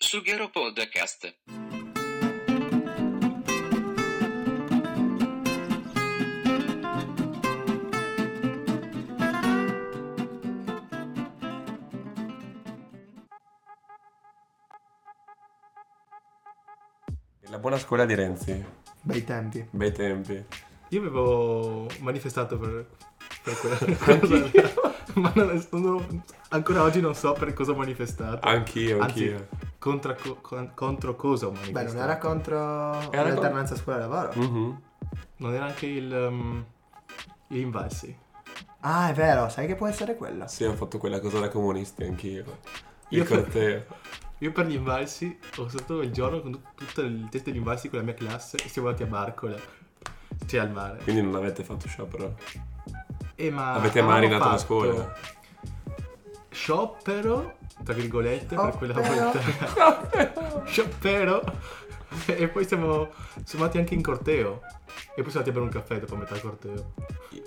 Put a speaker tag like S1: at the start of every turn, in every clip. S1: Sughero Podcast.
S2: La buona scuola di Renzi,
S3: Bei tempi.
S2: bei tempi.
S3: Io avevo manifestato per, per quella cosa. là. Ma non, non- ancora oggi non so per cosa ho manifestato.
S2: Anch'io,
S3: Anzi,
S2: anch'io.
S3: contra- co- con- contro cosa ho
S4: Beh,
S3: manifestato.
S4: non era contro
S2: Era
S4: l'alternanza scuola-lavoro.
S2: Mhm.
S3: Non era anche il. um, gli invalsi.
S4: Ah, è vero, sai che può essere quello.
S2: Sì, ho fatto quella cosa da comunisti anch'io. Il
S3: Io-
S2: corteo.
S3: Io per gli invalsi ho stato il giorno con tut- tutto il test degli invalsi con la mia classe e siamo andati a Barcola. Cioè al mare.
S2: Quindi non avete fatto sciopero.
S3: E ma
S2: Avete
S3: avevamo
S2: marinato la
S3: Ah, fatto
S2: scuola.
S3: Sciopero, tra virgolette, per quella
S4: Sciopero.
S3: volta. Sciopero. E poi siamo, siamo andati anche in corteo. E poi siamo andati a bere un caffè dopo metà corteo.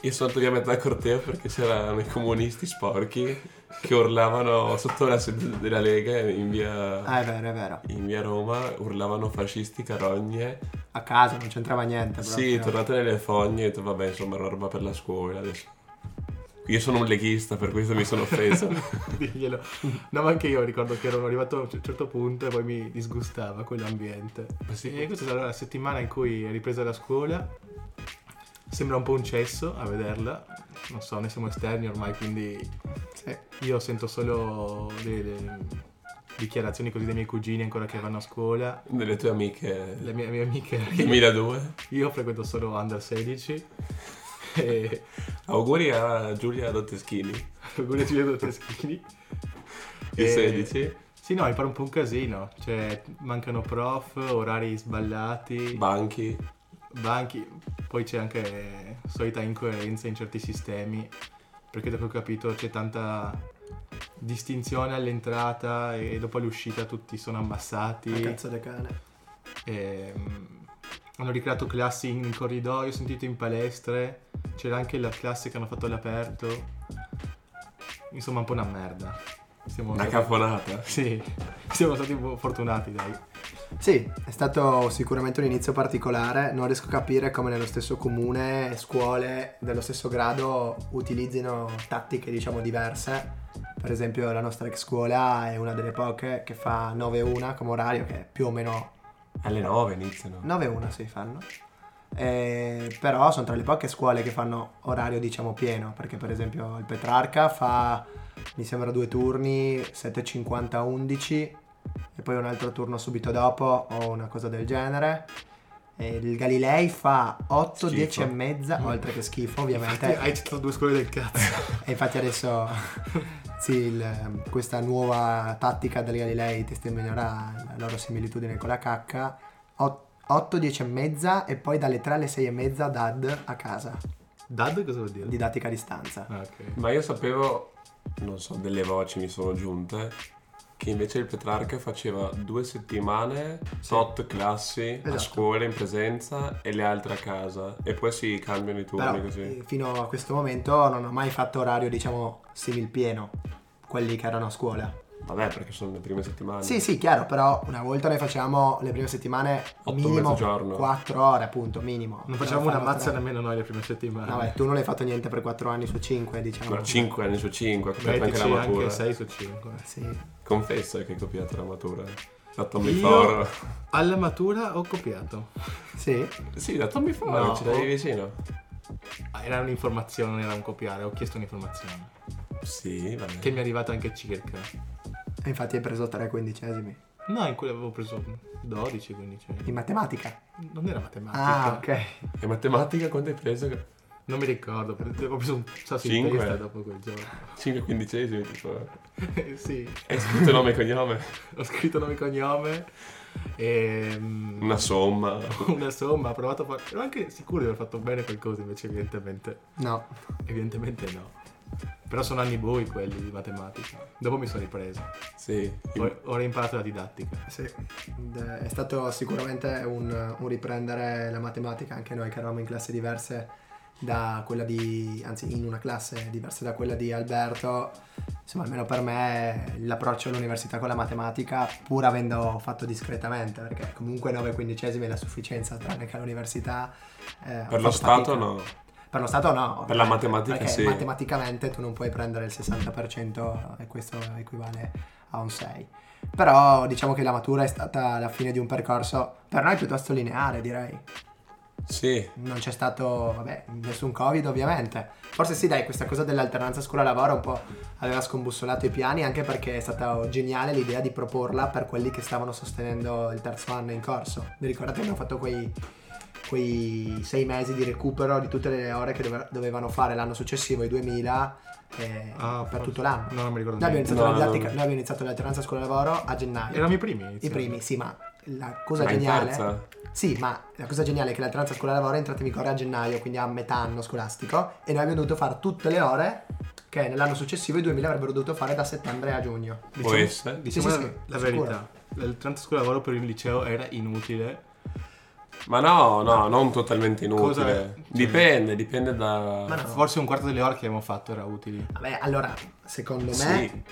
S2: Io sono andato via a metà corteo perché c'erano i comunisti sporchi che urlavano sotto la sede della Lega in via,
S4: Ah, è vero, è vero.
S2: in via Roma, urlavano fascisti carogne.
S4: A casa non c'entrava niente.
S2: Sì,
S4: proprio.
S2: tornate nelle fogne e ho detto vabbè insomma era una roba per la scuola adesso. Io sono un leghista, per questo mi sono offeso.
S3: Diglielo. No, ma anche io ricordo che ero arrivato a un cer- certo punto e poi mi disgustava quell'ambiente.
S2: Ma sì.
S3: E questa è stata la settimana in cui è ripresa la scuola. Sembra un po' un cesso a vederla. Non so, ne siamo esterni ormai, quindi
S4: Sì.
S3: Io sento solo le, le dichiarazioni così dei miei cugini ancora che vanno a scuola,
S2: Delle tue amiche
S3: le mie, mie amiche.
S2: 2002.
S3: Io frequento solo under 16 e
S2: Auguri a Giulia Dotteschini,
S3: auguri a Giulio Teschini.
S2: il
S3: E-
S2: 16.
S3: Sì, no, mi pare un po' un casino. Cioè, mancano prof, orari sballati,
S2: Banchi.
S3: banchi. Poi c'è anche solita incoerenza in certi sistemi. Perché da quello che ho capito c'è tanta distinzione all'entrata e dopo all'uscita tutti sono ammassati.
S4: Ma Ah, Cazzo de cane.
S3: Ehm, hanno ricreato classi in corridoio, ho sentito in palestre, c'era anche la classe che hanno fatto all'aperto. Insomma, un po' una merda. Siamo
S2: Una cafonata.
S3: Sì, siamo stati un po' fortunati, dai.
S4: Sì, è stato sicuramente un inizio particolare. Non riesco a capire come nello stesso comune scuole dello stesso grado utilizzino tattiche, diciamo, diverse. Per esempio, la nostra ex scuola è una delle poche che fa 9-1 come orario, che è più o meno
S2: Alle 9 iniziano.
S4: 9-1 si fanno. Eh, però sono tra le poche scuole che fanno orario diciamo pieno perché per esempio il Petrarca fa mi sembra due turni 7.50 11 e poi un altro turno subito dopo o una cosa del genere E il Galilei fa 8
S2: Schifo.
S4: 10 e mezza oltre che schifo
S3: Hai
S4: ovviamente
S3: hai citato due scuole del cazzo.
S4: e infatti adesso sì, il- questa nuova tattica del Galilei testimonerà la loro similitudine con la cacca. 8, 10 e mezza e poi dalle 3 alle 6 e mezza DAD a casa,
S3: Dad cosa vuol dire?
S4: didattica a distanza.
S3: Ah, ok.
S2: Ma io sapevo, non so, delle voci mi sono giunte, che invece il Petrarca faceva due settimane tot classi a
S4: Esatto.
S2: scuola in presenza e le altre a casa. E poi si cambiano i turni
S4: Però
S2: così.
S4: eh, fino a questo momento non ho mai fatto orario, diciamo, simil pieno, quelli che erano a scuola.
S2: Vabbè, perché sono le prime settimane.
S4: Sì, sì, chiaro, però una volta noi facevamo le prime settimane
S2: Otto,
S4: minimo
S2: mezzogiorno.
S4: 4 ore, appunto, minimo.
S3: Non facevamo una
S4: fanno
S3: mazza
S4: tre.
S3: nemmeno noi le prime settimane.
S4: No, beh, tu non hai fatto niente per 4 anni su 5, diciamo.
S2: No, 5 anni su 5, ho copiato anche
S3: Mettici
S2: la matura.
S3: anche 6 su 5.
S4: Sì.
S2: Confessa che hai copiato la matura. Da Tommy
S3: Io
S2: Foro.
S3: alla matura ho copiato.
S4: Sì,
S2: Sì, da Tommy Foro,
S3: No.
S2: ce l'avevi vicino.
S3: Ah, Era un'informazione, non era un copiare, ho chiesto un'informazione.
S2: Sì, vabbè.
S3: Che mi è arrivata anche circa.
S4: e infatti hai preso tre quindicesimi.
S3: No, in cui avevo preso 12, 15.
S4: In matematica?
S3: Non era matematica.
S4: Ah, ok.
S2: E matematica quanto hai preso?
S3: Non mi ricordo, ho preso un sasso in
S2: Cinque.
S3: testa dopo quel giorno.
S2: 5 quindicesimi, tipo.
S3: sì,
S2: Hai scritto nome e cognome?
S3: ho scritto nome e cognome e mm,
S2: Una somma.
S3: una somma, ho provato a fare... Ero anche sicuro di aver fatto bene qualcosa, invece evidentemente,
S4: No.
S3: evidentemente no. Però sono anni bui quelli di matematica. Dopo mi sono ripreso.
S2: Sì.
S3: Ho- ho reimparato la didattica.
S4: Sì. D- È stato sicuramente un, un riprendere la matematica, anche noi che eravamo in classi diverse da quella di, anzi in una classe diversa da quella di Alberto, insomma almeno per me l'approccio all'università con la matematica, pur avendo fatto discretamente, perché comunque 9 quindicesimi è la sufficienza, tranne che all'università... eh, ho
S2: Per lo
S4: fatto
S2: Stato
S4: fatica.
S2: no.
S4: Per lo Stato no.
S2: Per la
S4: ovviamente,
S2: matematica
S4: perché
S2: sì.
S4: matematicamente tu non puoi prendere il 60% e questo equivale a un 6. Però diciamo che la matura è stata la fine di un percorso per noi piuttosto lineare, direi.
S2: Sì,
S4: Non c'è stato, vabbè, nessun Covid ovviamente. Forse sì, dai, questa cosa dell'alternanza scuola-lavoro un po' aveva scombussolato i piani, anche perché è stata geniale l'idea di proporla per quelli che stavano sostenendo il terzo anno in corso. Vi ricordate che abbiamo fatto quei, quei sei mesi di recupero di tutte le ore che dove- dovevano fare l'anno successivo, i 2000, eh,
S3: Ah,
S4: per
S3: forse-
S4: tutto l'anno.
S3: No, non mi ricordo
S4: Noi abbiamo,
S3: niente.
S4: iniziato la
S2: No,
S4: didattica-
S2: no.
S4: noi abbiamo iniziato l'alternanza scuola-lavoro a gennaio.
S3: Erano i primi. iniziali.
S4: I primi, sì, ma la cosa
S2: ma in
S4: geniale... eh?
S2: terza.
S4: Sì, ma la cosa geniale è che l'alternanza scuola-lavoro è entrata in vigore a gennaio, quindi a metà anno scolastico, e noi abbiamo dovuto fare tutte le ore che nell'anno successivo i 2000 avrebbero dovuto fare da settembre a giugno.
S2: Può essere.
S3: Diciamo
S4: Sì, sì,
S3: la,
S4: sì,
S3: la
S4: sicuro.
S3: verità. L'alternanza scuola-lavoro per il liceo era inutile.
S2: Ma no, no, non totalmente
S3: Cosa è?
S2: inutile.
S3: Cioè-
S2: Dipende, dipende da...
S4: Ma no.
S3: Forse un quarto delle ore che abbiamo fatto era Eh, utile.
S4: Vabbè, allora, secondo me...
S2: Sì,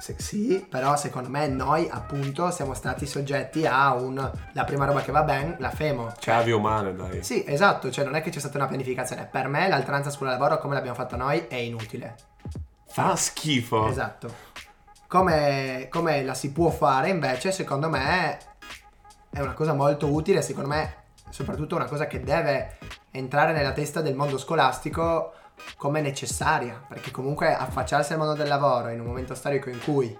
S4: se- sì, però secondo me noi appunto siamo stati soggetti a un... La prima roba che va ben, la femo.
S2: chiavi umane, dai.
S4: Sì, esatto, cioè non è che c'è stata una pianificazione. Per me l'alternanza scuola-lavoro come l'abbiamo fatta noi è inutile.
S2: Fa schifo.
S4: Esatto. Come, come la si può fare invece, secondo me, è una cosa molto utile, secondo me, soprattutto una cosa che deve entrare nella testa del mondo scolastico come necessaria, perché comunque affacciarsi al mondo del lavoro in un momento storico in cui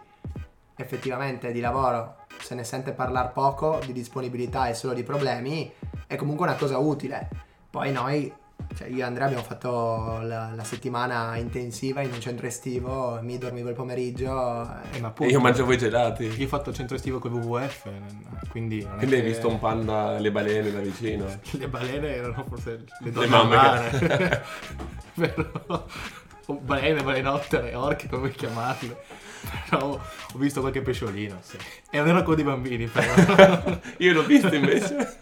S4: effettivamente di lavoro se ne sente parlare poco, di disponibilità e solo di problemi, è comunque una cosa utile. Poi noi, cioè io e Andrea abbiamo fatto la, la settimana intensiva in un centro estivo, mi dormivo il pomeriggio.
S3: Eh, ma
S2: E
S3: appunto,
S2: io mangiavo i gelati.
S3: io ho fatto il centro estivo con WWF, n- quindi... Non è
S2: Quindi hai
S3: che-
S2: visto un panda, le balene da vicino.
S3: Le balene erano forse le donne
S2: mamme
S3: mare.
S2: che-
S3: Però... o Balene, balenottere, orche, come vuoi chiamarle. Però ho visto qualche pesciolino, sì. E non ero con i bambini, però.
S2: Io l'ho visto invece.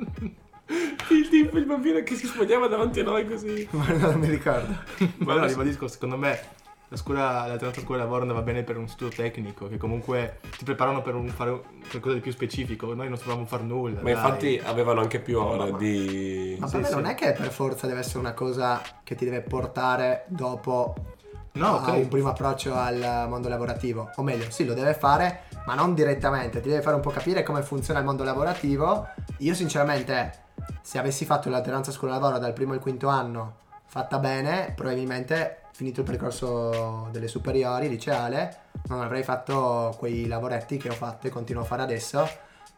S2: il tipo, il bambino che si spogliava davanti a noi così.
S4: Ma non mi ricordo.
S3: Ma no, ribadisco, secondo me la scuola, l'alternanza scuola lavoro andava bene per un studio tecnico, che comunque ti preparano per un, fare un- qualcosa di più specifico. Noi non sapevamo far nulla.
S2: Ma
S3: dai.
S2: infatti avevano anche più ore di...
S4: Ma
S3: Sì,
S4: per me
S3: sì.
S4: non è che per forza deve essere una cosa che ti deve portare dopo
S3: No,
S4: a
S2: Ah,
S3: ok.
S4: Ah, un primo approccio al mondo lavorativo. O meglio, sì, lo deve fare, ma non direttamente. Ti deve fare un po' capire come funziona il mondo lavorativo. Io sinceramente, se avessi fatto l'alternanza scuola-lavoro dal primo al quinto anno fatta bene, probabilmente finito il percorso delle superiori, liceale, non avrei fatto quei lavoretti che ho fatto e continuo a fare adesso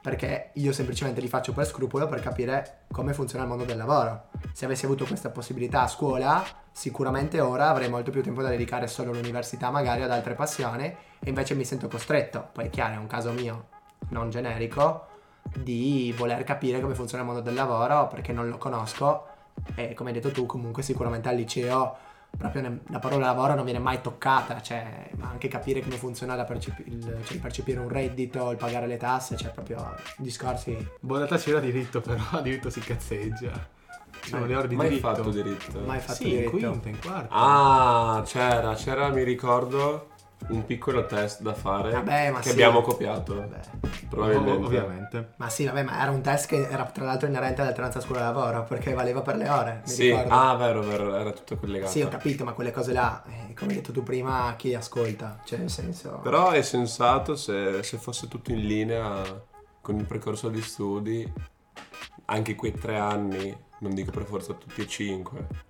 S4: perché io semplicemente li faccio per scrupolo per capire come funziona il mondo del lavoro. Se avessi avuto questa possibilità a scuola, sicuramente ora avrei molto più tempo da dedicare solo all'università, magari ad altre passioni, e invece mi sento costretto, poi è chiaro, è un caso mio, non generico, di voler capire come funziona il mondo del lavoro perché non lo conosco e come hai detto tu, comunque sicuramente al liceo proprio ne- la parola lavoro non viene mai toccata, cioè, ma anche capire come funziona la percep- il, cioè, il percepire un reddito, il pagare le tasse, cioè proprio discorsi
S3: Boh, in realtà c'era diritto, però a diritto si cazzeggia. C'erano le ore di
S2: Mai
S3: diritto.
S2: fatto diritto.
S4: mai fatti
S3: Sì, in
S4: diretto.
S3: quinta, in quarta.
S2: Ah, c'era, c'era, mi ricordo, un piccolo test da fare
S4: Vabbè, ma
S2: che
S4: sì.
S2: abbiamo copiato.
S4: Vabbè.
S2: Probabilmente.
S3: Ov- ovviamente.
S4: Ma sì, vabbè, ma era un test che era tra l'altro inerente all'alternanza scuola-lavoro, perché valeva per le ore, mi
S2: Sì,
S4: ricordo.
S2: ah, vero, vero, era tutto collegato.
S4: Sì, ho capito, ma quelle cose là, eh, come hai detto tu prima, chi ascolta? Cioè, nel senso...
S2: Però è sensato se, se fosse tutto in linea con il percorso di studi, anche quei tre anni, non dico per forza tutti e cinque.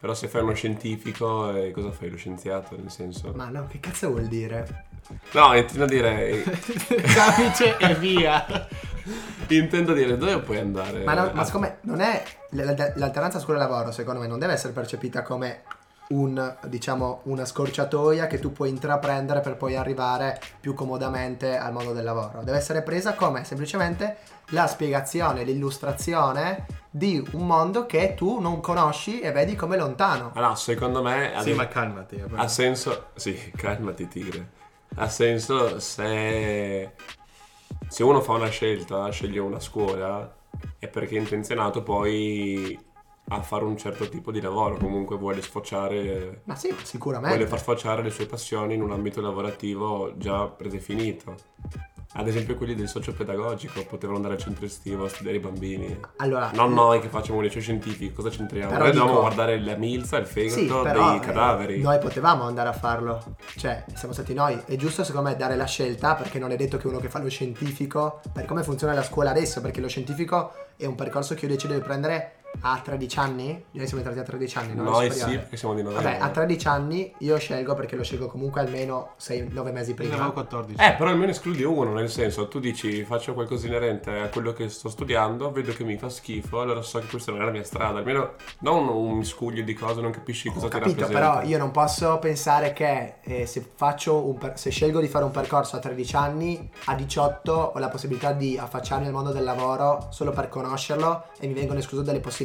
S2: Però se fai uno scientifico, eh, cosa fai? Lo scienziato, nel senso...
S4: Ma no, che cazzo vuol dire?
S2: No, intendo dire, eh,
S3: Camice e via.
S2: intendo dire dove puoi andare.
S4: Ma, no, ma
S2: Ah,
S4: siccome non è l'al- l'alternanza scuola-lavoro, secondo me, non deve essere percepita come un, diciamo, una scorciatoia che tu puoi intraprendere per poi arrivare più comodamente al mondo del lavoro. Deve essere presa come semplicemente la spiegazione, l'illustrazione di un mondo che tu non conosci e vedi come lontano.
S2: Ah no, secondo me...
S3: Sì,
S2: adesso-
S3: ma calmati. eh,
S2: Ha senso, sì, calmati tigre. Ha senso se, se uno fa una scelta, sceglie una scuola, è perché è intenzionato poi a fare un certo tipo di lavoro, comunque vuole sfociare,
S4: Ma sì, ma
S2: vuole
S4: sicuramente.
S2: far sfociare le sue passioni in un ambito lavorativo già predefinito. Ad esempio quelli del socio-pedagogico potevano andare al centro estivo a studiare i bambini.
S4: Allora,
S2: Non noi che facciamo un liceo scientifico, cosa c'entriamo?
S4: Però
S2: noi dobbiamo
S4: dico-
S2: guardare la milza, il fegato
S4: sì, però
S2: dei
S4: eh,
S2: cadaveri.
S4: noi potevamo andare a farlo. Cioè, siamo stati noi. È giusto, secondo me, dare la scelta perché non è detto che uno che fa lo scientifico, per come funziona la scuola adesso, perché lo scientifico è un percorso che io decido di prendere a 13 anni. Noi siamo entrati a 13 anni, no? Alle
S2: Noi eh, sì,
S4: superiori.
S2: perché siamo di novembre.
S4: Vabbè, a 13 anni io scelgo perché lo scelgo comunque almeno 6-9 mesi
S3: Ne avevo
S4: prima.
S3: 14.
S2: Eh, però almeno escludi uno, nel senso, tu dici faccio qualcosa inerente a quello che sto studiando, vedo che mi fa schifo, allora so che questa non è la mia strada, almeno non un miscuglio di cose, non capisci cosa
S4: Ho
S2: ti
S4: capito,
S2: rappresenta.
S4: però io non posso pensare che eh, se, faccio un per- se scelgo di fare un percorso a 13 anni, a 18 ho la possibilità di affacciarmi al mondo del lavoro solo per conoscerlo e mi vengono escluse delle possibilità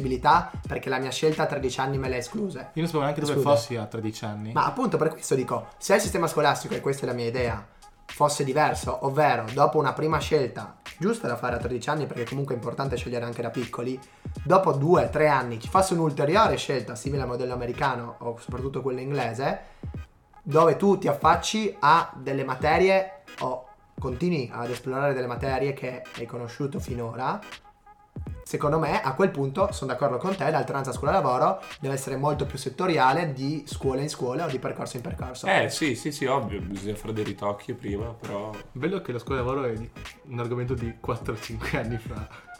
S4: perché la mia scelta a 13 anni me le ha escluse.
S3: Io non sapevo neanche dove
S4: Scusa.
S3: fossi a 13 anni.
S4: Ma appunto per questo dico, se il sistema scolastico, e questa è la mia idea, fosse diverso, ovvero dopo una prima scelta, giusta da fare a 13 anni perché comunque è importante scegliere anche da piccoli, dopo 2-3 anni ci fosse un'ulteriore scelta simile al modello americano o soprattutto quello inglese, dove tu ti affacci a delle materie o continui ad esplorare delle materie che hai conosciuto finora, Secondo me a quel punto sono d'accordo con te, l'alternanza scuola-lavoro deve essere molto più settoriale di scuola in scuola o di percorso in percorso.
S2: Eh, sì, sì, sì, ovvio, bisogna fare dei ritocchi prima, però...
S3: Bello che la scuola di lavoro è di- un argomento di 4-5 anni fa.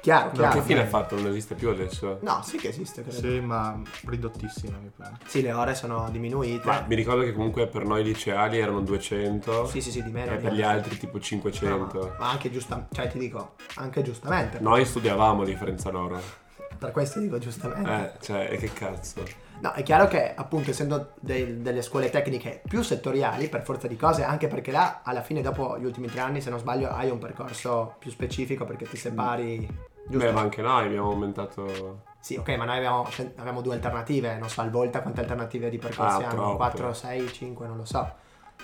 S4: Chiaro,
S3: No,
S4: chiaro. Eh.
S2: che fine ha fatto? Non esiste più adesso?
S4: No, sì che esiste, credo. Sì.
S3: Sì, ma ridottissima mi pare.
S4: le ore sono diminuite.
S2: Ma mi ricordo che comunque per noi liceali erano 200
S4: Sì, sì, sì, di meno.
S2: e Eh, per
S4: ovviamente.
S2: gli altri tipo
S4: No,
S2: 500.
S4: ma, ma anche giustamente, cioè ti dico, anche giustamente.
S2: Noi studiavamo a differenza loro.
S4: Eh. Per questo dico giustamente.
S2: Eh, cioè, e che cazzo?
S4: No, è chiaro che appunto essendo del- delle scuole tecniche più settoriali, per forza di cose, anche perché là alla fine dopo gli ultimi tre anni, se non sbaglio, hai un percorso più specifico perché ti separi... Giusto?
S2: Mm. Beh, ma anche noi abbiamo aumentato...
S4: Sì, ok, ma noi abbiamo, scel- abbiamo due alternative, non so al Volta quante alternative di percorsi
S2: Ah, troppe.
S4: hanno, 4, 6, 5, non lo so.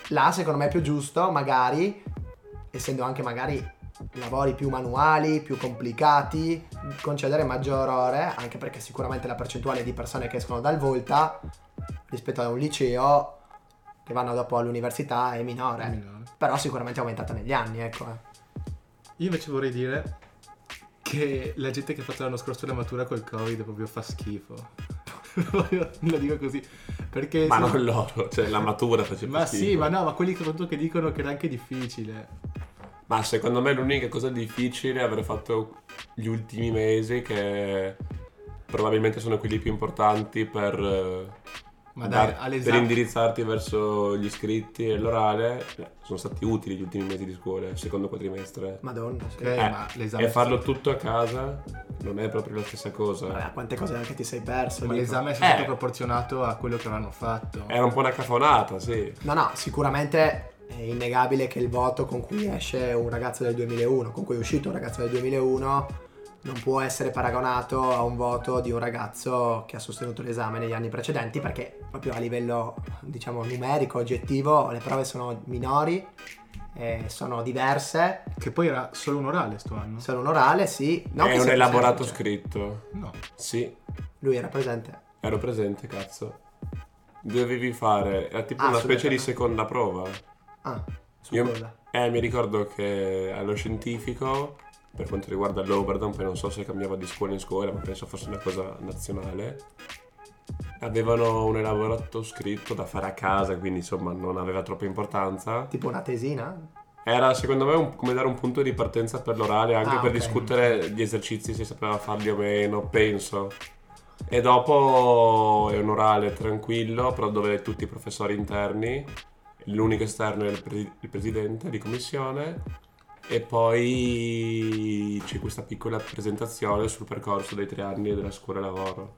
S4: Là secondo me è più giusto, magari, essendo anche magari lavori più manuali, più complicati, concedere maggior ore, anche perché sicuramente la percentuale di persone che escono dal Volta rispetto a un liceo che vanno dopo all'università è minore,
S2: Eh.
S3: È minore.
S4: però sicuramente è aumentata negli anni, ecco. eh.
S3: Io invece vorrei dire che la gente che ha fatto l'anno scorso la matura col Covid proprio fa schifo. Proprio, Lo dico così. Perché
S2: Ma
S3: sono-
S2: non loro, cioè la matura faceva
S3: Ma
S2: schifo.
S3: sì, ma no, ma quelli soprattutto che dicono che era anche difficile.
S2: Ma secondo me l'unica cosa difficile è aver fatto gli ultimi mesi che probabilmente sono quelli più importanti per, eh,
S3: Ma dai,
S2: dar- per
S3: all'esame.
S2: indirizzarti verso gli iscritti e l'orale. Sono stati utili gli ultimi mesi di scuola, il secondo quadrimestre.
S4: Madonna, sì.
S3: Ok,
S2: Eh,
S3: ma l'esame.
S2: E farlo tutto a casa non è proprio la stessa cosa.
S4: Vabbè, quante cose anche ti sei perso.
S3: eh. Ma
S4: dico.
S3: l'esame è stato
S2: Eh.
S3: proporzionato a quello che avevano fatto.
S2: Era un po' una cafonata, sì.
S4: No, no, sicuramente è innegabile che il voto con cui esce un ragazzo del 2001, con cui è uscito un ragazzo del 2001, non può essere paragonato a un voto di un ragazzo che ha sostenuto l'esame negli anni precedenti, perché proprio a livello, diciamo, numerico, oggettivo, le prove sono minori, eh, sono diverse,
S3: Che poi era solo un orale sto anno.
S4: solo un orale, sì. non che
S2: è un
S4: sia
S2: elaborato
S3: certo,
S4: presente,
S2: scritto.
S3: No.
S2: Sì,
S4: cioè, Lui era presente.
S2: ero presente, cazzo. Dovevi fare, era tipo
S4: Ah,
S2: una
S4: sulle
S2: specie di
S4: tabelle.
S2: seconda prova.
S4: Ah, su
S2: Io-
S4: cosa?
S2: Eh, mi ricordo che allo scientifico, per quanto riguarda l'Oberdown, poi non so se cambiava di scuola in scuola, ma penso fosse una cosa nazionale, avevano un elaborato scritto da fare a casa, quindi insomma non aveva troppa importanza.
S4: Tipo una tesina?
S2: Era secondo me un- come dare un punto di partenza per l'orale, anche
S4: Ah,
S2: per
S4: ok.
S2: discutere gli esercizi, se sapeva farli o meno, penso. E dopo è un orale tranquillo, però dove tutti i professori interni, l'unico esterno è il, pre- il presidente di commissione, e poi c'è questa piccola presentazione sul percorso dei tre anni della scuola e lavoro.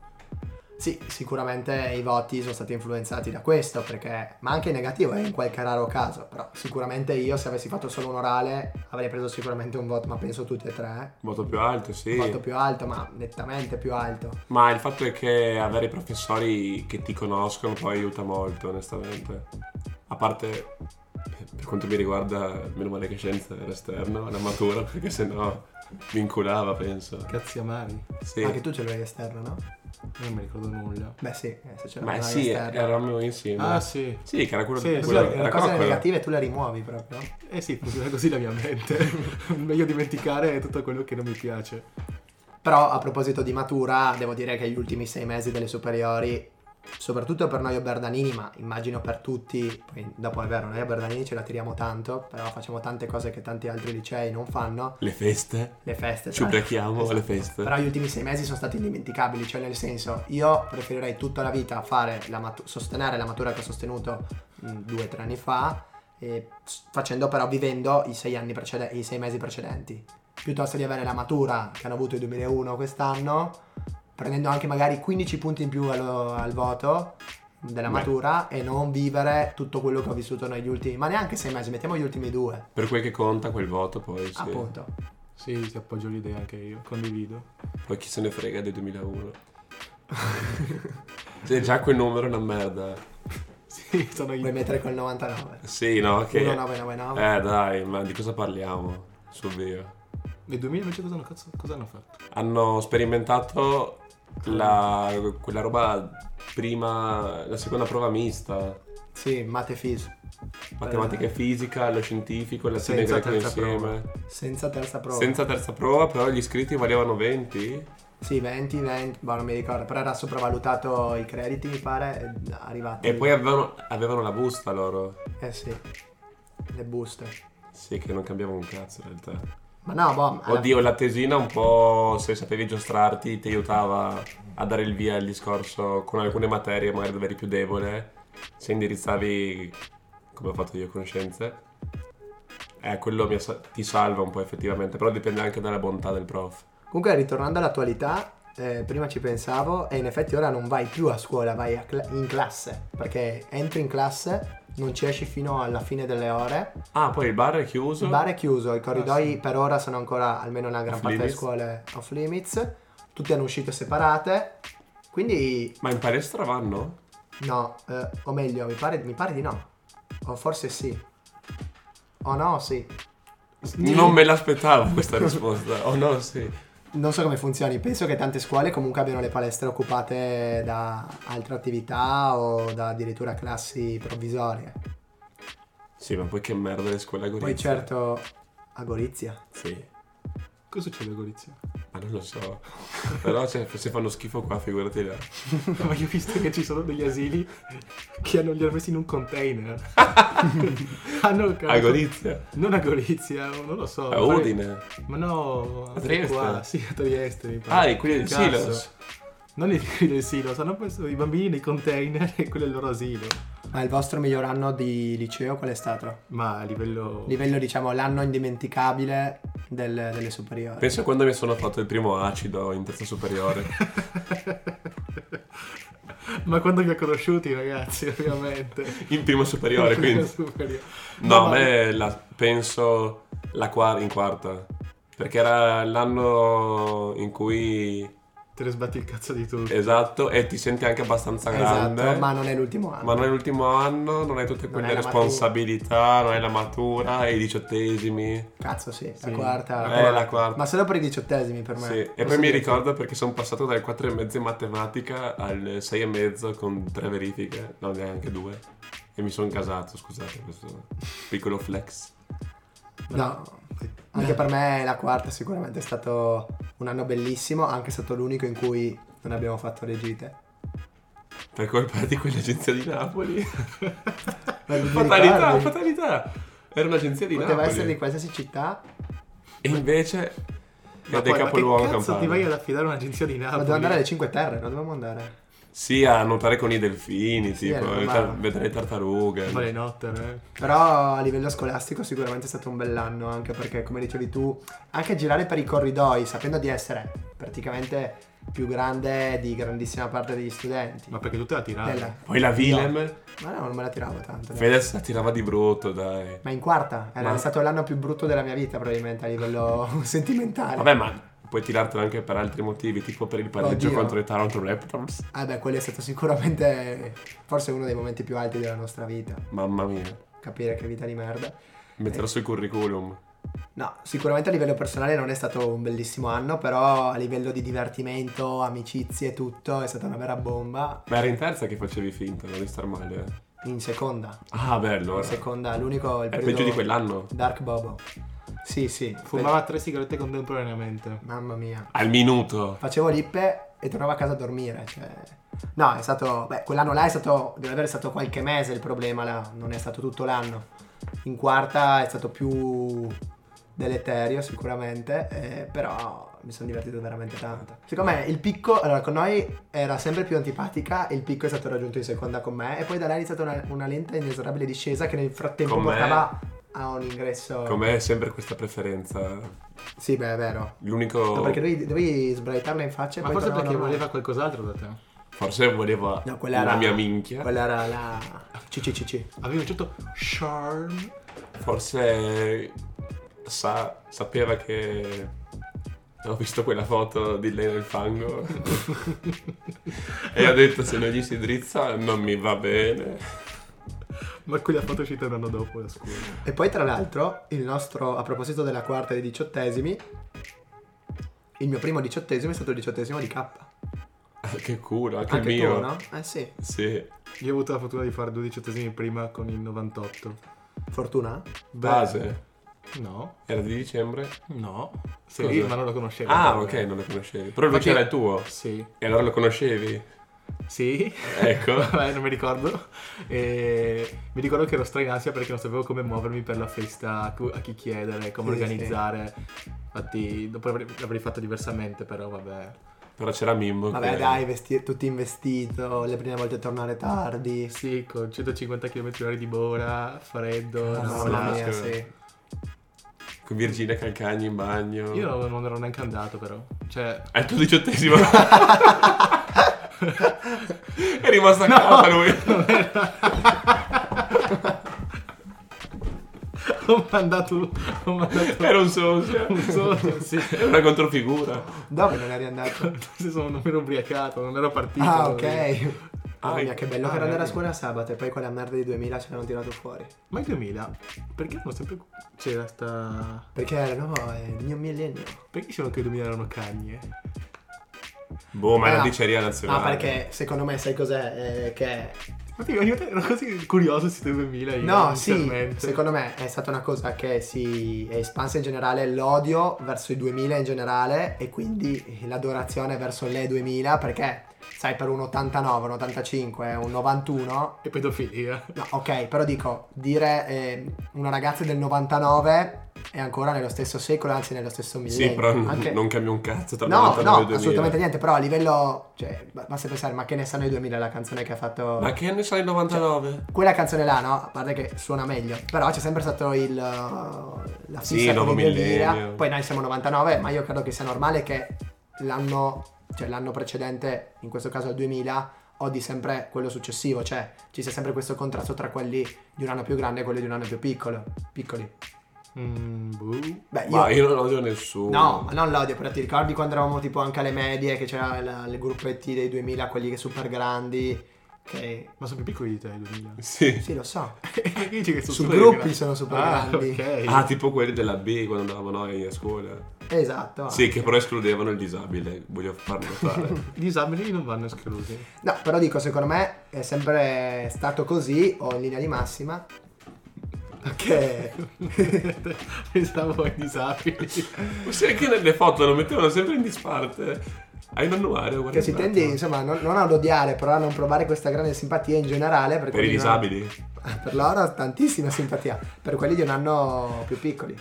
S4: Sì, sicuramente i voti sono stati influenzati da questo, perché, ma anche in negativo eh, in qualche raro caso, però sicuramente io se avessi fatto solo un orale avrei preso sicuramente un voto, ma penso tutti e tre, eh.
S2: Molto più alto, sì.
S4: un voto più alto, ma nettamente più alto.
S2: Ma il fatto è che avere i professori che ti conoscono poi aiuta molto, onestamente. A parte per quanto mi riguarda, meno male che scienza era esterno, la matura, perché sennò mi inculava, penso.
S3: Cazzi amari.
S2: Sì.
S4: Anche tu ce l'hai esterno, no?
S3: Non mi ricordo nulla.
S4: Beh sì, eh, se ce l'hai
S2: Ma sì, eh,
S4: esterno.
S2: eravamo insieme.
S3: Ah sì.
S2: Sì, che era quello
S3: Sì, sì,
S4: Sì,
S2: quello-
S4: le
S2: era
S4: cose
S2: coccola.
S4: negative tu le rimuovi proprio.
S3: Eh sì, funziona così la mia mente. Meglio dimenticare tutto quello che non mi piace.
S4: Però a proposito di matura, devo dire che gli ultimi sei mesi delle superiori, soprattutto per noi a Berdanini, ma immagino per tutti, poi dopo è vero, noi a Berdanini ce la tiriamo tanto, però facciamo tante cose che tanti altri licei non fanno,
S2: Le feste.
S4: le feste.
S2: Ci
S4: cioè.
S2: ubriachiamo alle
S4: Esatto.
S2: feste.
S4: Però gli ultimi sei mesi sono stati indimenticabili, cioè nel senso, io preferirei tutta la vita fare la matu- sostenere la matura che ho sostenuto mh, due o tre anni fa, e s- facendo però vivendo i sei, anni precede- i sei mesi precedenti, piuttosto di avere la matura che hanno avuto il 2001 quest'anno, prendendo anche magari 15 punti in più allo- al voto della
S2: Beh.
S4: matura e non vivere tutto quello che ho vissuto negli ultimi, ma neanche sei mesi, mettiamo gli ultimi due,
S2: Per quel che conta quel voto poi. sì.
S4: appunto.
S3: Sì, ti appoggio l'idea anche io, condivido.
S2: Poi chi se ne frega del 2001. Cioè, già quel numero è una merda.
S3: Sì, sono
S4: Vuoi
S3: io.
S4: mettere col 99?
S2: Sì, no, che...
S4: 1999.
S2: Eh dai, ma di cosa parliamo? Subito.
S3: Nel 2000 invece cosa hanno, cazzo- cosa hanno fatto?
S2: Hanno sperimentato la, quella roba prima, la seconda prova mista.
S4: Sì, mate Eh, fis.
S2: Matematica e fisica, lo scientifico, e l'azione
S3: Senza
S2: greco
S3: terza
S2: insieme.
S4: Senza terza prova.
S2: Senza terza prova, però gli iscritti valevano 20.
S4: Sì, 20, 20, boh, non mi ricordo, però era sopravvalutato i crediti, mi pare, eh, arrivati.
S3: Mm.
S2: E poi avevano, avevano la busta loro.
S4: Eh sì, le buste.
S2: Sì, che non cambiava un cazzo in realtà.
S4: Ma no, boh, alla-
S2: Oddio, la tesina un po', se sapevi giostrarti, ti aiutava a dare il via al discorso con alcune materie, magari dove eri più debole, se indirizzavi, come ho fatto io, conoscenze. Eh, quello mi ha sa- ti salva un po' effettivamente, però dipende anche dalla bontà del prof.
S4: Comunque, ritornando all'attualità, eh, prima ci pensavo e in effetti ora non vai più a scuola, vai a cla- in classe, perché entri in classe, non ci esci fino alla fine delle ore,
S2: Ah, poi il bar è chiuso.
S4: il bar è chiuso, i corridoi
S3: Ah, sì.
S4: per ora sono ancora, almeno nella gran
S2: Off
S4: parte delle
S2: limits.
S4: scuole, off limits, tutte hanno uscite separate, quindi
S2: Ma in palestra vanno?
S4: No, eh, o meglio, mi pare, mi pare di no. O forse sì. O no, sì.
S2: Non me l'aspettavo questa risposta. Oh no, sì.
S4: Non so come funzioni, penso che tante scuole comunque abbiano le palestre occupate da altre attività o da addirittura classi provvisorie.
S2: Sì, ma poi che merda le scuole a Gorizia.
S4: Poi certo a Gorizia.
S2: Sì,
S3: Cosa succede a Gorizia?
S2: ma non lo so. Però cioè, se fanno schifo qua, figurati là.
S3: Ma io ho visto che ci sono degli asili che hanno, li hanno messi in un container. hanno
S2: A Gorizia.
S3: Non a Gorizia, non lo so.
S2: A Udine.
S3: Ma no,
S2: A Trieste?
S3: Qua, sì, a Trieste. mi
S2: Ah,
S4: Eh,
S3: pare.
S2: e quelli del
S3: Cazzo.
S2: Silos.
S3: Non i quelli del Silos, hanno messo i bambini nei container e quello è il loro asilo.
S4: Ma il vostro miglior anno di liceo qual è stato?
S3: Ma a livello...
S4: Livello, diciamo, l'anno indimenticabile del- delle superiori.
S2: Penso a quando mi sono fatto il primo acido in terza superiore.
S3: Ma quando li ho conosciuti, ragazzi, ovviamente.
S2: In prima superiore, quindi.
S3: Superiore.
S2: No, a
S3: ma-
S2: me la, penso la quar- in quarta. Perché era l'anno in cui...
S3: Te ne sbatti il cazzo di tutti.
S2: Esatto, e ti senti anche abbastanza grande.
S4: Esatto, ma non è l'ultimo anno.
S2: Ma non è l'ultimo anno, non hai tutte
S4: Non
S2: quelle
S4: hai la
S2: responsabilità, non hai la matura, hai i diciottesimi.
S4: Cazzo, sì,
S3: Sì.
S4: la quarta.
S2: Eh, la quarta.
S4: Ma solo per i diciottesimi per me.
S2: Sì. E poi
S4: Posso
S2: mi
S4: dire-
S2: ricordo perché sono passato dal 4,5 in matematica al 6,5 con tre verifiche, no neanche due. E mi sono casato, scusate, questo piccolo flex.
S4: No, Anche per me la quarta sicuramente è stato un anno bellissimo, anche è stato l'unico in cui non abbiamo fatto le gite.
S2: Per colpa di quell'agenzia di Napoli.
S4: Ma vi
S2: fatalità,
S4: ricordi?
S2: fatalità! Era un'agenzia di
S4: Poteva
S2: Napoli.
S4: essere di qualsiasi città,
S2: Ah, E invece era del
S3: Ma poi, ma
S2: Eh, capoluogo
S3: che cazzo ti vai
S2: campano.
S3: ad affidare a un'agenzia di
S4: ma
S3: Napoli?
S4: dovevo andare alle Cinque Terre, non dovevamo andare.
S2: Sì, a nuotare con i delfini,
S4: Sì,
S2: tipo,
S4: era
S2: tar-
S4: bello.
S2: vedere le tartarughe.
S3: Ma le notte, eh.
S4: Però a livello scolastico sicuramente è stato un bell'anno, anche perché come dicevi tu, anche girare per i corridoi, sapendo di essere praticamente più grande di grandissima parte degli studenti.
S3: Ma perché tu te la tiravi?
S4: Bella.
S2: Poi la Willem,
S4: Ma no, non me la tiravo tanto. dai.
S2: Fedez la tirava di brutto, dai.
S4: Ma in quarta, era
S2: Ma-
S4: stato l'anno più brutto della mia vita probabilmente a livello sentimentale.
S2: Vabbè, ma puoi tirartela anche per altri motivi, tipo per il pareggio
S4: Oddio.
S2: contro i Toronto Raptors.
S4: Eh Ah beh, quello è stato sicuramente forse uno dei momenti più alti della nostra vita.
S2: Mamma mia.
S4: capire che vita di merda. Eh.
S2: Metterò sul curriculum.
S4: No, sicuramente a livello personale non è stato un bellissimo anno, però a livello di divertimento, amicizie e tutto è stata una vera bomba.
S2: Ma era in terza che facevi finta, non di star male. eh.
S4: In seconda,
S2: Ah, bello.
S4: in
S2: allora.
S4: seconda, l'unico... Il
S2: È
S4: periodo
S2: peggio di quell'anno.
S4: Dark Bobo. Sì, sì.
S3: Fumava tre sigarette contemporaneamente.
S4: Mamma mia.
S2: Al minuto.
S4: facevo lippe e tornavo a casa a dormire. Cioè... No, è stato. Beh, quell'anno là è stato. Deve aver stato qualche mese il problema là, non è stato tutto l'anno. In quarta è stato più deleterio sicuramente, eh, però mi sono divertito veramente tanto. Secondo me il picco, allora con noi era sempre più antipatica, il picco è stato raggiunto in seconda con me e poi da là è iniziata una, una lenta e inesorabile discesa che nel frattempo
S2: Con me-
S4: portava a un ingresso...
S2: Com'è sempre questa preferenza.
S4: Sì, beh, è vero.
S2: L'unico.
S4: No, perché dovevi, dovevi sbraitarla in faccia e
S3: Ma
S4: poi
S3: forse
S4: tornava
S3: perché
S4: normale.
S3: voleva qualcos'altro da te.
S2: Forse voleva
S4: No, quella
S2: la
S4: era-
S2: mia minchia.
S4: Quella era la CCCC.
S3: Avevi un certo charm.
S2: Forse sa- sapeva che ho visto quella foto di lei nel fango e ho detto se non gli si drizza non mi va bene.
S3: Ma quella foto è uscita un anno dopo la scuola.
S4: E poi tra l'altro, il nostro, a proposito della quarta dei diciottesimi, il mio primo diciottesimo è stato il diciottesimo di K.
S2: Ah, Che culo, anche,
S4: Anche
S2: il mio.
S4: tu, no? Eh sì.
S2: Sì,
S3: Io ho avuto la fortuna di fare 12 ottesimi prima con il 98.
S4: Fortuna?
S3: Beh,
S2: base.
S3: No,
S2: Era di dicembre?
S3: no. Sì,
S2: Cosa?
S3: ma non lo conoscevo.
S2: Ah, ok, non lo conoscevi. Però lui
S3: Infatti-
S2: c'era il tuo.
S3: Sì.
S2: E allora lo conoscevi?
S3: Sì.
S2: Ecco.
S3: Vabbè, non mi ricordo. E mi ricordo che ero stra in ansia perché non sapevo come muovermi per la festa, a cu- a chi chiedere, come
S4: Sì, sì.
S3: organizzare. Infatti, dopo avrei, l'avrei fatto diversamente, però vabbè.
S2: Però c'era Mimmo.
S4: Vabbè
S2: che-
S4: dai, vesti- tutti in vestito, le prime volte tornare tardi.
S3: Sì, con 150 km/h di bora, freddo,
S2: Ah,
S3: non
S2: no,
S3: so.
S4: Mamma mia,
S2: no,
S4: sì.
S2: Con Virginia Calcagni in bagno.
S3: Io non, non ero neanche andato, però. Cioè,
S2: È il tuo diciottesimo. È rimasto a casa lui.
S3: ho mandato. Ho mandato.
S2: Era un socio.
S3: un socio, sì.
S2: Era una controfigura.
S4: Dove non eri andato?
S3: Sì, sono- non mi ero ubriacato, non ero partito.
S4: Ah, ok. Mamma mia,
S2: Ah,
S4: che bello
S3: ah,
S4: che era andare a
S3: vedi.
S4: scuola sabato e poi quella merda di 2000 ce l'hanno tirato fuori.
S3: Ma il 2000? Perché erano sempre. C'era sta.
S4: Perché erano eh, il mio millennio.
S3: Perché sono che il 2000 erano eh? cagne?
S2: Boh, ma è
S4: Ah,
S2: una diceria
S4: No,
S2: nazionale.
S4: perché secondo me sai cos'è? Eh, che
S3: Infatti, ogni volta ero così curioso di questi 2000. Io,
S4: No, sì,
S3: inizialmente.
S4: secondo me è stata una cosa che si è espansa in generale l'odio verso i 2000 in generale e quindi l'adorazione verso le 2000 perché sai per un 89, un 85, un 91
S3: E pedofilia.
S4: No, ok, però dico, dire eh, una ragazza del 99 è ancora nello stesso secolo, anzi nello stesso millennio.
S2: Sì, però n-
S4: Anche-
S2: non cambia un cazzo tra
S4: No,
S2: 99
S4: no,
S2: e 2000.
S4: assolutamente niente, però a livello, cioè, ba- basta pensare, ma che ne sanno i 2000 la canzone che ha fatto
S2: Ma che anni sono
S4: Cioè,
S2: i 99?
S4: quella canzone là, no? A parte che suona meglio, però c'è sempre stato il. uh, la
S2: Sì,
S4: fissa
S2: nuovo
S4: con i 2000.
S2: millennio.
S4: Poi noi siamo 99, ma io credo che sia normale che l'anno, cioè l'anno precedente, in questo caso il 2000, odi sempre quello successivo, cioè ci sia sempre questo contrasto tra quelli di un anno più grande e quelli di un anno più piccolo. Piccoli.
S3: Mm, buh.
S4: Beh, io.
S2: Ma io non odio nessuno.
S4: No, ma non l'odio, però ti ricordi quando eravamo tipo anche alle medie, che c'erano la- le gruppetti dei 2000, quelli che super grandi, che...
S3: Ma sono più piccoli di te, i 2000.
S2: Sì.
S4: Sì, lo so.
S3: Perché dici che sono
S4: Sui
S3: super
S4: gruppi
S3: grandi?
S4: sono super
S3: ah,
S4: grandi.
S3: Ok.
S2: Ah, tipo quelli della B quando andavamo noi a scuola.
S4: Esatto.
S2: Sì, che però escludevano il disabile, voglio farlo notare.
S3: I disabili non vanno esclusi.
S4: No, però dico, secondo me è sempre stato così, o in linea di massima, che...
S3: Pensavo ai disabili.
S2: Sai che nelle foto lo mettevano sempre in disparte. Hai un annuario, guarda.
S4: che si
S2: in
S4: tende,
S2: alto.
S4: insomma, non, non ad odiare, però a non provare questa grande simpatia in generale. Per,
S2: Per i
S4: quelli di un anno-
S2: disabili.
S4: Per loro tantissima simpatia, per quelli di un anno più piccoli.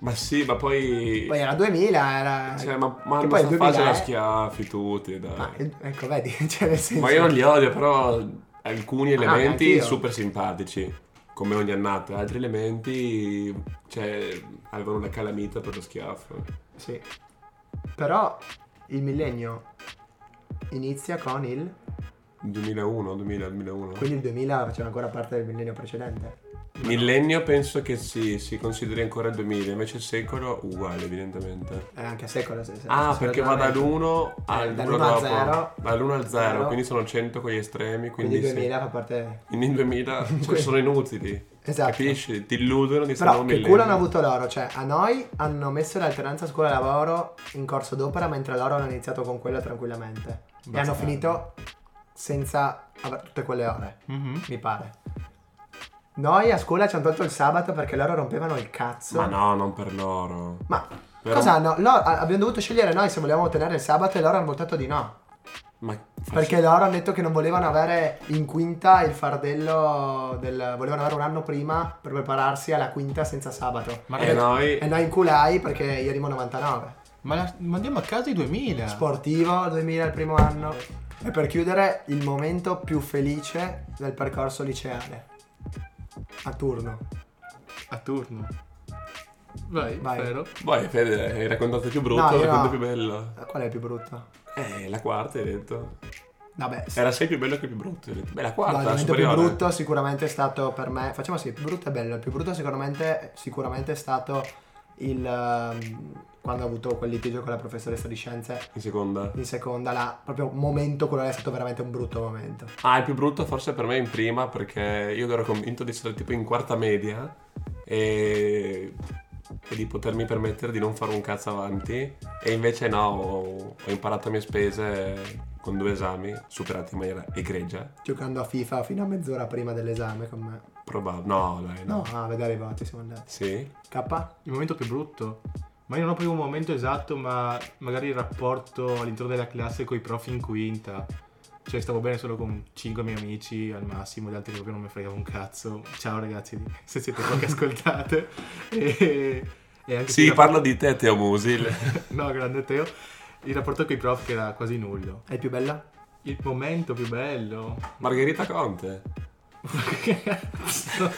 S2: Ma sì, ma
S4: Poi era 2000, era...
S2: Cioè, ma, ma
S4: che
S2: hanno
S4: poi il
S2: sta fase
S4: 2000
S2: la
S4: è-
S2: schiaffi tutti, dai.
S4: Ma
S2: Ma,
S4: il- ecco, vedi, cioè nel senso...
S2: io non li odio, però alcuni
S4: no,
S2: elementi
S4: neanch'io.
S2: super simpatici, come ogni annata. Altri elementi, cioè, avevano la calamita per lo schiaffo.
S4: Sì. Però il millennio inizia con il...
S2: 2001, 2000, 2001.
S4: Quindi il 2000 faceva ancora parte del millennio precedente.
S2: Millennio penso che si, si consideri ancora il 2000, invece secolo uguale evidentemente.
S4: Eh, anche a secolo se, se
S2: Ah,
S4: se
S2: perché va
S4: ragionare.
S2: dall'1
S4: Eh,
S2: al
S4: dall'
S2: 1
S4: uno al
S2: dopo.
S4: zero.
S2: Dall'1 al 0,
S4: Zero.
S2: quindi sono 100 con gli estremi, quindi,
S4: Quindi
S2: sì.
S4: 2000 fa parte...
S2: Quindi il 2000 cioè, sono inutili.
S4: Esatto.
S2: Capisci? Ti illudono di
S4: Però
S2: stare
S4: che culo hanno avuto loro, cioè a noi hanno messo l'alternanza scuola-lavoro in corso d'opera mentre loro hanno iniziato con quello tranquillamente. E hanno
S3: Bastardi.
S4: finito senza aver tutte quelle ore,
S3: Mhm.
S4: mi pare. Noi a scuola ci hanno tolto il sabato perché loro rompevano il cazzo.
S2: Ma no, non per loro.
S4: Ma
S2: Però-
S4: cosa hanno? Loro- a- abbiamo dovuto scegliere noi se volevamo tenere il sabato e loro hanno votato di no.
S2: Ma
S4: Perché loro hanno detto che non volevano avere in quinta il fardello del... volevano avere un anno prima per prepararsi alla quinta senza sabato.
S3: Ma,
S2: E Eh, noi...
S4: E noi inculai perché io arrivo 99.
S3: ma la- mandiamo a casa i 2000.
S4: Sportivo 2000 il primo anno. E per chiudere, il momento più felice del percorso liceale. A turno.
S3: A turno. Vai,
S4: Vai.
S3: Fero.
S2: Poi Boh, Fede hai raccontato il più brutto,
S4: No,
S2: ho
S4: io
S2: raccontato
S4: no.
S2: più bello.
S4: Qual è il più brutto?
S2: Eh, la quarta hai detto.
S4: Vabbè, sì.
S2: Era sei più bello che più brutto. Hai detto. Beh, la
S4: No, il
S2: quarta,
S4: momento più
S2: superiore.
S4: brutto sicuramente è stato per me. Facciamo sì, il più brutto è bello. Il più brutto sicuramente, sicuramente è stato il ehm, quando ho avuto quel litigio con la professoressa di scienze
S2: In seconda.
S4: in seconda, la, proprio momento quello lì è stato veramente un brutto momento.
S2: Ah, il più brutto forse per me in prima perché io ero convinto di essere tipo in quarta media e, e di potermi permettere di non fare un cazzo avanti e invece no, ho, ho imparato a mie spese con due esami superati in maniera egregia,
S4: Giocando a FIFA fino a mezz'ora prima dell'esame con me.
S2: probabile. No, dai, no.
S4: No, a vedere i voti siamo andati.
S2: Sì?
S4: K?
S3: Il momento più brutto. Ma io non ho proprio un momento esatto, ma magari il rapporto all'interno della classe con i prof in quinta. Cioè, stavo bene solo con 5 miei amici al massimo, gli altri proprio non mi fregava un cazzo. Ciao ragazzi, se siete qua che ascoltate. E, e anche
S2: Sì,
S3: il
S2: parlo di te, Teo Musil.
S3: rapporto- No, grande Teo. Il rapporto con i prof che era quasi nullo.
S4: È il più bello?
S3: Il momento più bello.
S2: Margherita Conte.
S3: Che cazzo?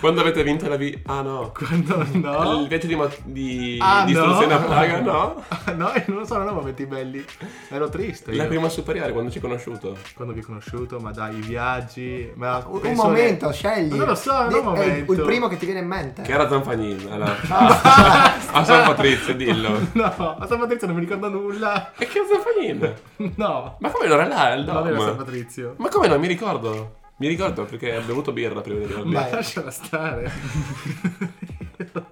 S2: Quando avete vinto la vi... Ah no.
S3: Quando
S2: Il
S3: no.
S2: viaggio di, ma- di...
S3: Ah,
S2: di istruzione
S3: no?
S2: a Praga, no?
S3: No, io non lo so, non ho momenti belli. Ero triste.
S2: La
S3: io.
S2: prima superiore, quando ci hai conosciuto.
S3: quando vi ho conosciuto, ma dai, i viaggi. Ma
S4: Un, un
S3: penso
S4: momento,
S3: che-
S4: scegli.
S3: Non lo so, non
S4: Di-
S3: un
S4: è il-
S3: momento.
S4: il primo che ti viene in mente.
S2: Che era Zanfanin, alla-
S3: Ah.
S2: a San Patrizio, dillo.
S3: No, a San Patrizio non mi ricordo nulla.
S2: E che è Zanfanin?
S3: No,
S2: Ma come non era là? al
S3: no, non era
S2: Dom?
S3: San Patrizio.
S2: Ma come no? Mi ricordo. Mi ricordo perché ho bevuto birra prima di arrivare lì.
S4: Vai.
S3: Lasciala stare.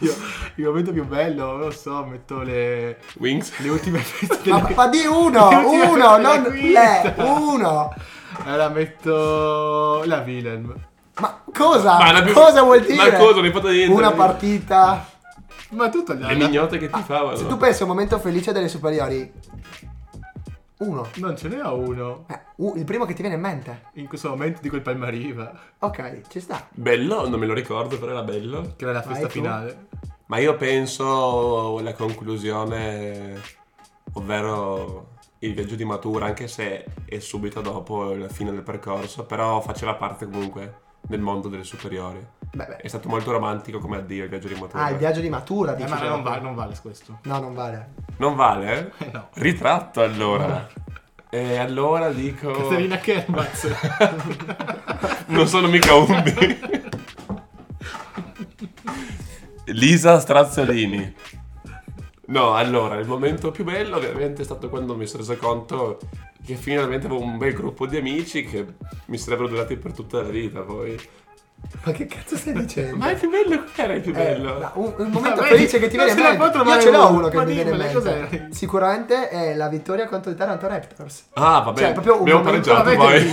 S3: Io, il momento più bello, non lo so, metto le,
S2: Wings?
S3: le ultime feste
S4: Ma,
S3: della-
S4: ma di uno,
S3: Io ti
S4: uno,
S3: metto la
S4: non
S3: quinta.
S4: le, uno.
S3: Allora metto la Wilhelm.
S4: Ma cosa?
S2: Ma la più-
S4: cosa vuol dire?
S2: Ma cosa? Non importa niente.
S4: Una partita.
S3: Ma tutto gli
S2: Le mignote
S3: Ah,
S2: che ti favano.
S4: Se tu pensi a un momento felice delle superiori, uno.
S3: Non ce n'era uno.
S4: Eh, u- il primo che ti viene in mente.
S3: In questo momento dico il Palmariva,
S4: Ok, ci sta.
S2: Bello? Non me lo ricordo, però era bello.
S3: che era la
S4: Vai
S3: festa
S4: tu.
S3: finale.
S2: Ma io penso alla conclusione, ovvero il viaggio di matura, anche se è subito dopo la fine del percorso, però faceva parte comunque del mondo delle superiori.
S4: Beh, beh.
S2: È stato molto romantico come addio il viaggio di matura.
S4: Ah, il viaggio di matura.
S3: Eh,
S4: dici
S3: ma
S4: tu.
S3: non, va- non vale questo.
S4: No, non vale.
S2: Non vale?
S3: Eh no.
S2: Ritratto allora. E allora dico...
S3: Caterina Kerbaz.
S2: Non sono mica umbi. Lisa Strazzolini. No, allora, il momento più bello ovviamente è stato quando mi sono reso conto che finalmente avevo un bel gruppo di amici che mi sarebbero durati per tutta la vita poi.
S4: Ma che cazzo stai dicendo?
S2: Ma il più bello qual era il più
S4: Eh,
S2: bello?
S4: no, un, un momento
S3: Ma Ah, vedi,
S4: felice che ti
S3: non
S4: viene in
S3: se la può
S4: mente. Io
S3: trovare
S4: ce l'ho
S3: uno.
S4: uno che
S3: Ma
S4: mi viene in
S3: dimmela,
S4: mente.
S3: cos'era?
S4: Sicuramente è la vittoria contro il Taranto Raptors.
S2: Ah, vabbè.
S4: Cioè, proprio un
S2: abbiamo
S4: momento
S2: pareggiato
S3: avete
S2: poi.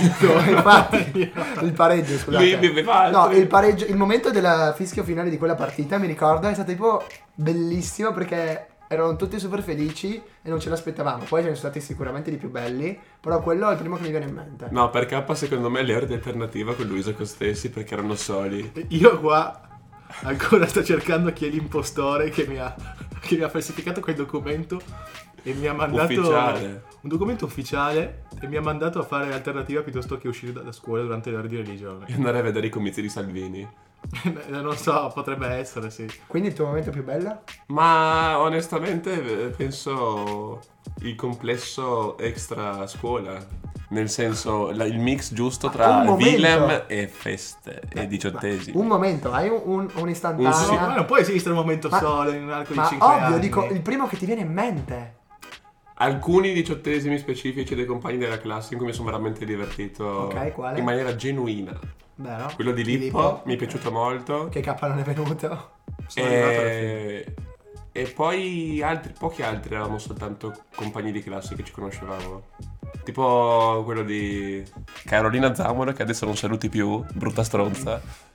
S3: vinto.
S4: Infatti, il pareggio,
S2: Lì
S4: scusate.
S2: bevevate.
S4: No, il pareggio, il momento del fischio finale di quella partita, mi ricordo, è stato tipo bellissimo perché erano tutti super felici e non ce l'aspettavamo. Poi ce ne sono stati sicuramente di più belli, però quello è il primo che mi viene in mente.
S2: No, per K secondo me le ore di alternativa con Luisa Costessi perché erano soli.
S3: Io qua ancora sto cercando chi è l'impostore che mi ha, che mi ha falsificato quel documento e mi ha mandato
S2: Ufficiale.
S3: un documento ufficiale e mi ha mandato a fare alternativa piuttosto che uscire da, da scuola durante le ore di religione.
S2: E andare a vedere i comizi di Salvini.
S3: non lo so, potrebbe essere, sì.
S4: Quindi il tuo momento più bello?
S2: Ma onestamente eh, penso il complesso extra scuola. Nel senso, la- il mix giusto
S4: Ah,
S2: tra
S4: un momento.
S2: Willem e feste e diciottesimi.
S4: Un momento, hai un, un- un'istantanea.
S2: Un
S3: Ah,
S2: sì.
S3: no, ma non può esistere un momento
S4: Ma-
S3: solo in un arco di
S4: Ma
S3: 5 anni.
S4: ovvio, dico il primo che ti viene in mente.
S2: Alcuni diciottesimi specifici dei compagni della classe in cui mi sono veramente divertito
S4: Ok, quale?
S2: in maniera genuina.
S4: Vero?
S2: Quello di Lippo, mi è piaciuto molto.
S4: Che K non è venuto.
S3: Sono arrivato alla fine.
S2: E... Eh, e poi altri, pochi altri eravamo soltanto compagni di classe che ci conoscevamo. Tipo quello di Carolina Zamora, che adesso non saluti più, brutta stronza.